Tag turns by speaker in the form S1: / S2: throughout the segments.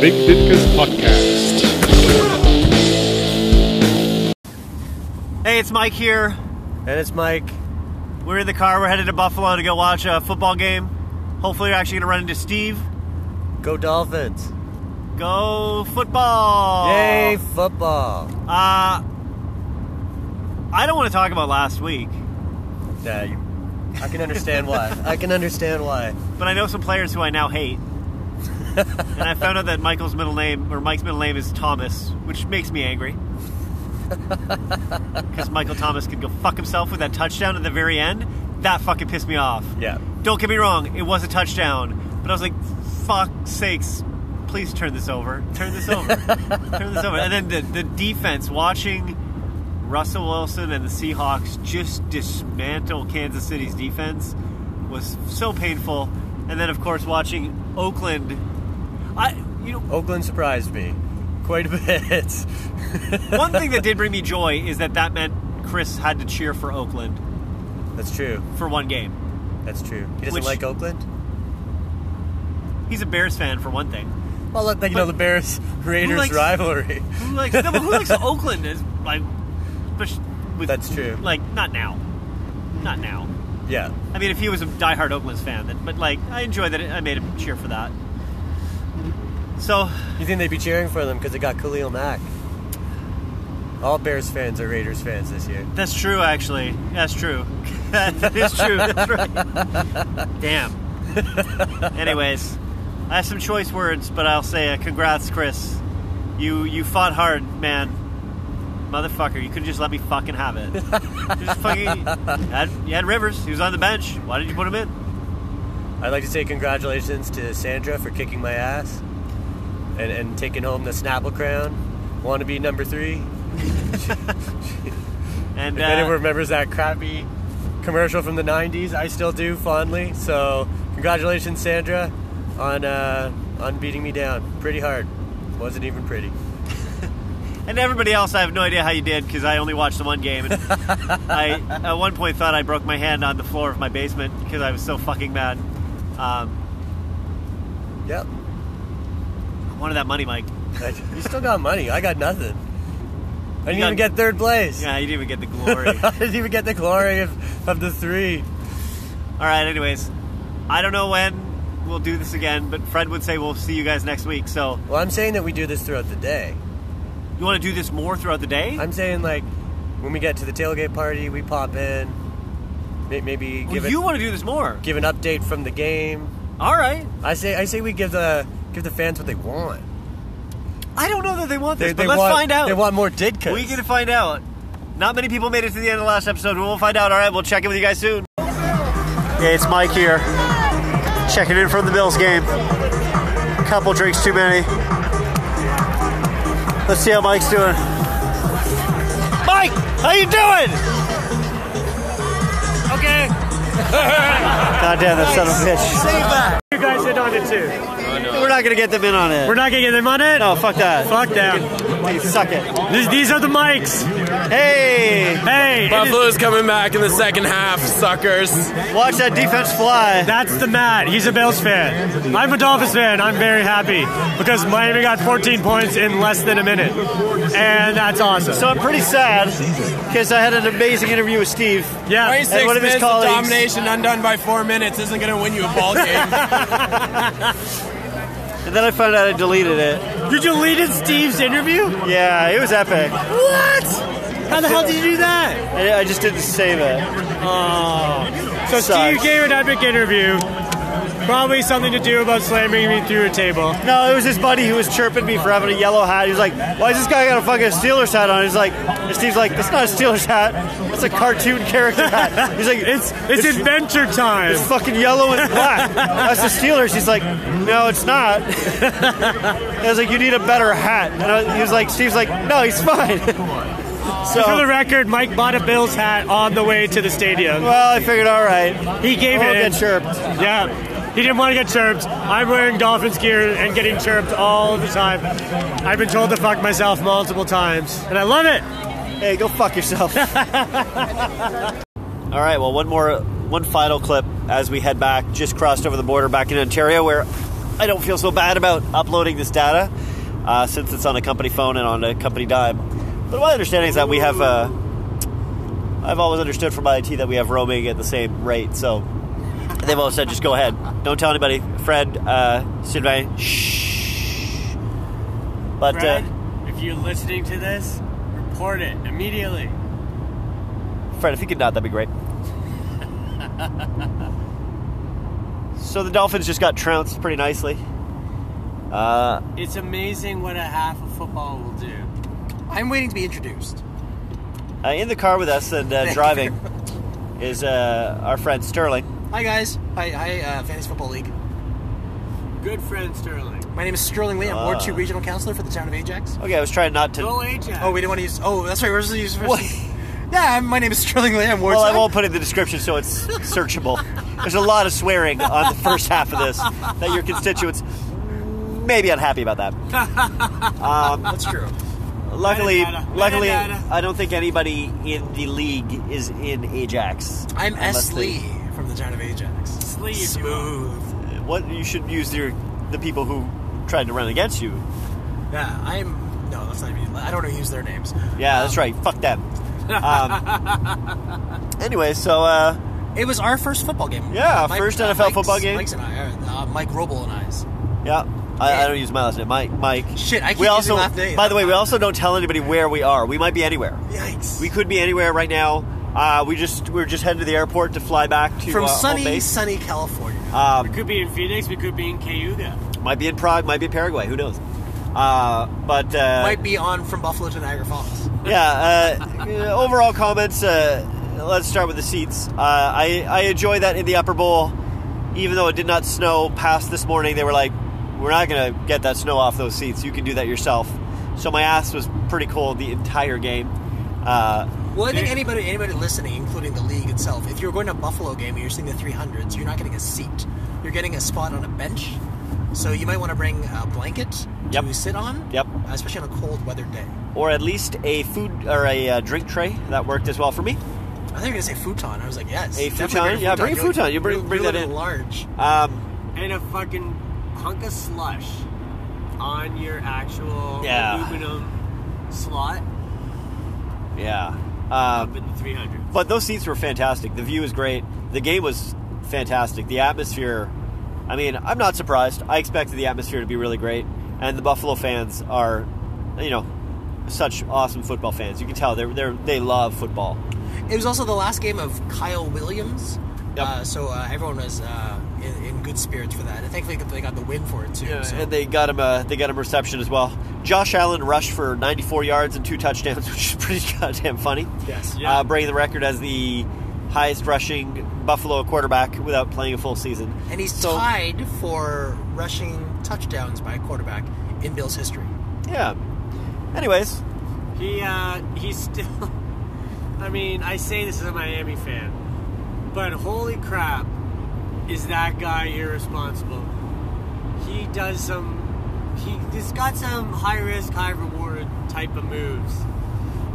S1: Big Ditka's podcast.
S2: Hey, it's Mike here.
S3: And it's Mike.
S2: We're in the car. We're headed to Buffalo to go watch a football game. Hopefully, we're actually going to run into Steve.
S3: Go Dolphins.
S2: Go football!
S3: Yay, football.
S2: Uh, I don't want to talk about last week,
S3: Yeah, you, I can understand why. I can understand why.
S2: but I know some players who I now hate. and I found out that Michael's middle name, or Mike's middle name, is Thomas, which makes me angry. Because Michael Thomas could go fuck himself with that touchdown at the very end. That fucking pissed me off.
S3: Yeah.
S2: Don't get me wrong, it was a touchdown, but I was like, fuck sakes, please turn this over. Turn this over. turn this over. And then the, the defense watching Russell Wilson and the Seahawks just dismantle Kansas City's defense was so painful. And then, of course, watching Oakland. I, you know,
S3: Oakland surprised me quite a bit.
S2: one thing that did bring me joy is that that meant Chris had to cheer for Oakland
S3: That's true.
S2: for one game.
S3: That's true. He doesn't
S2: Which-
S3: like Oakland?
S2: He's a Bears fan for one thing.
S3: Well, let you know the Bears Raiders
S2: likes-
S3: rivalry.
S2: Who likes no, but who likes Oakland as like especially with
S3: That's true.
S2: Like not now, not now.
S3: Yeah.
S2: I mean, if he was a diehard Oakland's fan, then, but like I enjoy that it, I made him cheer for that. So
S3: You think they'd be cheering for them because they got Khalil Mack? All Bears fans are Raiders fans this year.
S2: that's true, actually. That's true. that is true. That's right. Damn. Anyways, I have some choice words, but I'll say uh, congrats, Chris. You you fought hard, man. Motherfucker, you could just let me fucking have it. just fucking. Had, you had Rivers. He was on the bench. Why did you put him in?
S3: I'd like to say congratulations to Sandra for kicking my ass and, and taking home the Snapple Crown. Want to be number three?
S2: And uh,
S3: If anyone remembers that crappy commercial from the 90s, I still do fondly. So, congratulations, Sandra, on uh, on beating me down pretty hard. Wasn't even pretty.
S2: And everybody else, I have no idea how you did because I only watched the one game. And I at one point thought I broke my hand on the floor of my basement because I was so fucking mad. Um,
S3: Yep.
S2: I wanted that money, Mike.
S3: I- you still got money. I got nothing. I didn't
S2: got-
S3: even get third place.
S2: Yeah, you didn't even get the glory.
S3: I didn't even get the glory of, of the three.
S2: All right, anyways, I don't know when we'll do this again, but Fred would say we'll see you guys next week. So
S3: Well, I'm saying that we do this throughout the day.
S2: you want to do this more throughout the day?
S3: I'm saying, like, when we get to the tailgate party, we pop in, may- maybe
S2: Well,
S3: give,
S2: you
S3: it,
S2: want to do this more?
S3: give an update from the game.
S2: All right.
S3: I say I say we give the give the fans what they want.
S2: I don't know that they want this,
S3: They,
S2: but
S3: they
S2: let's
S3: want,
S2: find out.
S3: They want more Didkas.
S2: we get to find out. Not many people made it to the end of the last episode. We'll find out. All right, we'll check in with you guys soon. Hey, it's Mike here. Checking in from the Bills game. Couple drinks too many. Let's see how Mike's doing. Mike, how you doing? Okay. God damn, that son of a bitch. Save that.
S4: You guys in on it too.
S2: We're not gonna get them in on it.
S4: We're not gonna get them on it.
S2: no, fuck that.
S4: Fuck them.
S2: Suck it.
S4: These, these are the mics.
S2: Hey,
S4: Hey, it is-
S5: Buffalo's coming back in the second half, suckers.
S2: watch that defense fly.
S4: that's the Matt. He's a Bills fan. I'm a Dolphins fan. I'm very happy because Miami got 14 points in less than a minute, and that's awesome.
S2: So I'm pretty sad because I had an amazing interview with Steve.
S4: yeah,
S5: 26
S2: one of his
S5: minutes of
S2: colleagues-
S5: domination undone by four minutes isn't going to win you a ball game.
S2: And then I found out I deleted it.
S4: you deleted Steve's interview.
S2: Yeah, it was epic.
S4: What? How the hell did you do that?
S2: I, I just didn't save it.
S4: Oh. So
S2: Sucks.
S4: Steve gave an epic interview. Probably something to do about slamming me through a table.
S2: No, it was his buddy who was chirping me for having a yellow hat. He was like, "Why is this guy got a fucking Steelers hat on?" He's like, and Steve's like, "That's not a Steelers hat. That's a cartoon character hat." He's like,
S4: It's it's adventure time.
S2: it's fucking yellow and black. That's the Steelers." He's like, "No, it's not." I was like, "You need a better hat." And I, he was like, "Steve's like, no, he's fine." So,
S4: For the record, Mike bought a Bills hat on the way to the stadium.
S2: well, I figured, all right,
S4: He gave
S2: I won't
S4: it. in.
S2: get chirped.
S4: Yeah. He didn't want to get chirped. I'm wearing Dolphins gear and getting chirped all the time. I've been told to fuck myself multiple times, and I love it.
S2: Hey, go fuck yourself. All right, well, one more, one final clip as we head back. Just crossed over the border back in Ontario, where I don't feel so bad about uploading this data uh, since it's on a company phone and on a company dime. But my understanding is that we have. Uh, I've always understood from IT that we have roaming at the same rate, so they've always said just go ahead. Don't tell anybody. Fred, uh, Sylvain, shh. But
S6: uh,
S2: uh,
S3: Fred, if you're listening to this, report it immediately.
S2: uh, Fred, if you could not, that'd be great. so the Dolphins just got trounced pretty nicely. Uh,
S3: It's amazing what a half of football will do.
S6: I'm waiting to be introduced.
S2: uh, in the car with us and uh, driving is uh, our friend Sterling.
S6: Hi guys. Hi, hi, uh, Fantasy Football League.
S3: Good friend Sterling.
S6: My name is Sterling Lee. I'm Ward
S2: Ah.
S6: Two Regional Counselor for the town of Ajax.
S2: Okay, I was trying not to.
S3: Go Ajax.
S6: Oh, we didn't want to use. Oh, that's right. We're supposed to use first. Yeah, I'm, my name is Sterling Lee. I'm Ward.
S2: Well, I
S6: two.
S2: won't put it in the description so it's searchable. There's a lot of swearing on the first half of this that your constituents may be unhappy about that.
S6: Um, That's true.
S2: Luckily,
S3: Metadata.
S2: luckily,
S3: Metadata.
S2: I don't think anybody in the league is in Ajax.
S6: I'm
S2: Unless
S6: S.
S2: they-
S6: Lee from the town of Ajax.
S3: Sleep.
S6: Smooth.
S2: What you should use your the people who tried to run against you.
S6: Yeah, I'm. No, that's not even. I don't know. Use their names.
S2: Yeah,
S6: Oh.
S2: that's right. Fuck them. Um, anyway, so uh,
S6: It was our first football game. uh,
S2: Yeah, first NFL
S6: Mike's-
S2: football game.
S6: Mike's and I, uh, Mike Roble and I's.
S2: yeah. I, I don't use my last name, Mike. Mike.
S6: Shit, I keep
S2: we
S6: using
S2: also,
S6: last name.
S2: by the way, we also don't tell anybody where we are. We might be anywhere.
S6: Yikes.
S2: We could be anywhere right now. Uh, we just we we're just heading to the airport to fly back to
S6: from
S2: uh, home
S6: sunny,
S2: base.
S6: sunny California.
S2: Um,
S3: We could be in Phoenix. We could be in Cayuga.
S2: might be in Prague, might be in Paraguay. Who knows? Uh, but uh,
S6: Might be on from Buffalo to Niagara Falls.
S2: yeah. Uh, uh, overall comments. Uh, let's start with the seats. Uh, I I enjoy that in the upper bowl, even though it did not snow past this morning. They were like, we're not gonna get that snow off those seats. You can do that yourself. So my ass was pretty cold the entire game. Uh,
S6: Well, I think anybody, anybody listening, including the league itself, if you're going to a Buffalo game and you're seeing the 300s, you're not getting a seat. You're getting a spot on a bench. So you might want to bring a blanket
S2: Yep.
S6: to sit on, uh,
S2: Yep.
S6: especially on a cold weather day.
S2: or at least a food or a uh, drink tray that worked as well for me.
S6: I think you're going to say futon. I was like, yes.
S2: A
S6: definitely
S2: futon? Yeah, bring a
S6: You're-
S2: futon. You bring-
S6: you're-
S2: bring
S6: you're
S2: that
S6: living
S2: in.
S6: large.
S2: Um,
S3: And a fucking hunk of slush on your actual
S2: Yeah.
S3: aluminum slot
S2: Yeah.
S3: up
S2: Um,
S3: in the 300.
S2: but those seats were fantastic. The view was great. The game was fantastic. The atmosphere, I mean, I'm not surprised. I expected the atmosphere to be really great. And the Buffalo fans are, you know, such awesome football fans. You can tell they're, they're, they love football.
S6: It was also the last game of Kyle Williams.
S2: Yep.
S6: Uh, so uh, everyone was uh, in, in good spirits for that. And thankfully they got the win for it, too. so.
S2: And they got him a, they got him reception as well. Josh Allen rushed for 94 yards and two touchdowns, which is pretty goddamn funny.
S6: yes.
S3: Yeah.
S2: Uh, breaking the record as the highest rushing Buffalo quarterback without playing a full season.
S6: And he's
S2: So-
S6: tied for rushing touchdowns by a quarterback in Bills history.
S2: Yeah. Anyways,
S3: He uh, he's still. I mean, I say this as a Miami fan, but holy crap, is that guy irresponsible? He does some. He he's got some high risk, high reward type of moves.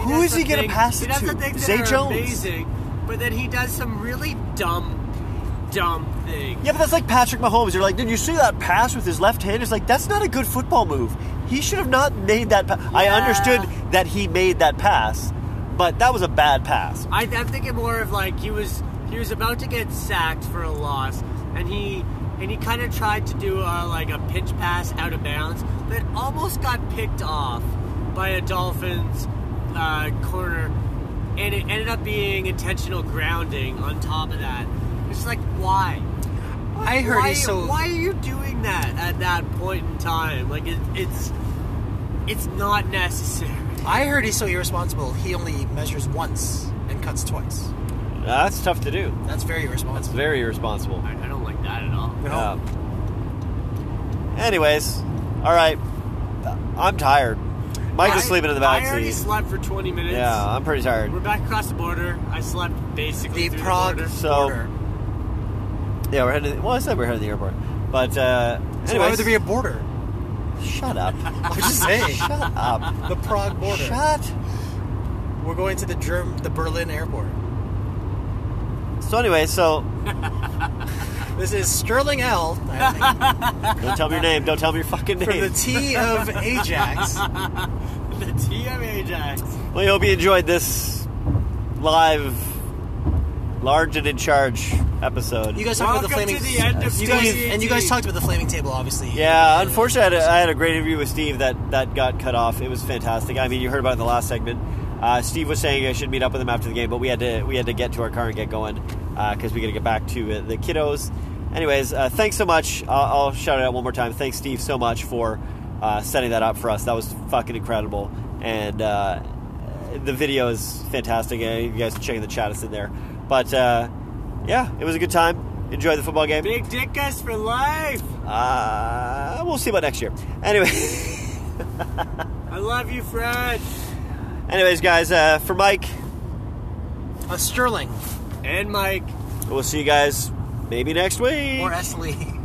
S2: Who
S3: does
S2: is he
S3: some
S2: gonna
S3: things-
S2: pass
S3: he
S2: it
S3: does
S2: to?
S3: some things that
S2: Zay
S3: are
S2: Jones?
S3: Amazing, but then he does some really dumb, dumb things.
S2: yeah, but that's like Patrick Mahomes. You're like, did you see that pass with his left hand? It's like that's not a good football move. He should have not made that. Pa- I
S3: Yeah.
S2: understood that he made that pass, but that was a bad pass.
S3: I, I'm thinking more of like he was he was about to get sacked for a loss, and he and he kind of tried to do a, like a pitch pass out of bounds that almost got picked off by a Dolphins uh, corner, and it ended up being intentional grounding on top of that. It's like why?
S6: I heard
S3: why,
S6: he's so.
S3: why are you doing that at that point in time? Like it, it's it's not necessary.
S6: I heard he's so irresponsible. He only measures once and cuts twice.
S2: That's tough to do.
S6: That's very
S2: It's
S6: irresponsible.
S2: very irresponsible.
S3: I, I don't like that at all.
S2: Yeah. Anyways, all right. I'm tired. Mike was
S3: I-
S2: sleeping in the
S3: I
S2: back
S3: already
S2: seat.
S3: slept for 20 minutes.
S2: Yeah, I'm pretty tired.
S3: We're back across the border. I slept basically
S6: the
S3: through
S6: Prague
S3: the border.
S2: So-
S6: border.
S2: Yeah, we're headed. Well, I said we're headed to the airport, but uh,
S6: So why would
S2: anyways,
S6: there be a border?
S2: shut up,
S6: I'm just saying.
S2: shut up,
S6: the Prague border.
S2: shut
S6: We're going to the Germ, the Berlin airport.
S2: So anyway, so
S6: This is Sterling L. I think,
S2: Don't tell me your name. Don't tell me your fucking
S6: for the
S2: name.
S6: T of Ajax.
S3: The TM Ajax.
S2: Well, we hope you enjoyed this live, large and in charge episode.
S6: You guys talked about the
S3: Welcome
S6: flaming.
S3: to the end of
S6: you guys,
S3: 2018.
S6: and you guys talked about the flaming table, obviously.
S2: Yeah, unfortunately, I had, a, I had a great interview with Steve that, that got cut off. It was fantastic. I mean, you heard about it in the last segment. Uh, Steve was saying I should meet up with him after the game, but we had to we had to get to our car and get going because we got to get back to uh, the kiddos. Anyways, uh, thanks so much. I'll, I'll shout it out one more time. Thanks, Steve, so much for uh, setting that up for us. That was fucking incredible, and uh, the video is fantastic. Uh, you guys can check in the chat; it's in there. But uh, yeah, it was a good time. Enjoy the football game.
S3: Big dick us for life.
S2: Uh, we'll see about next year. Anyway,
S3: I love you, Fred.
S2: anyways, guys, uh, for Mike,
S6: Uh, Sterling
S3: And Mike.
S2: we'll see you guys maybe next week.
S6: or S Lee.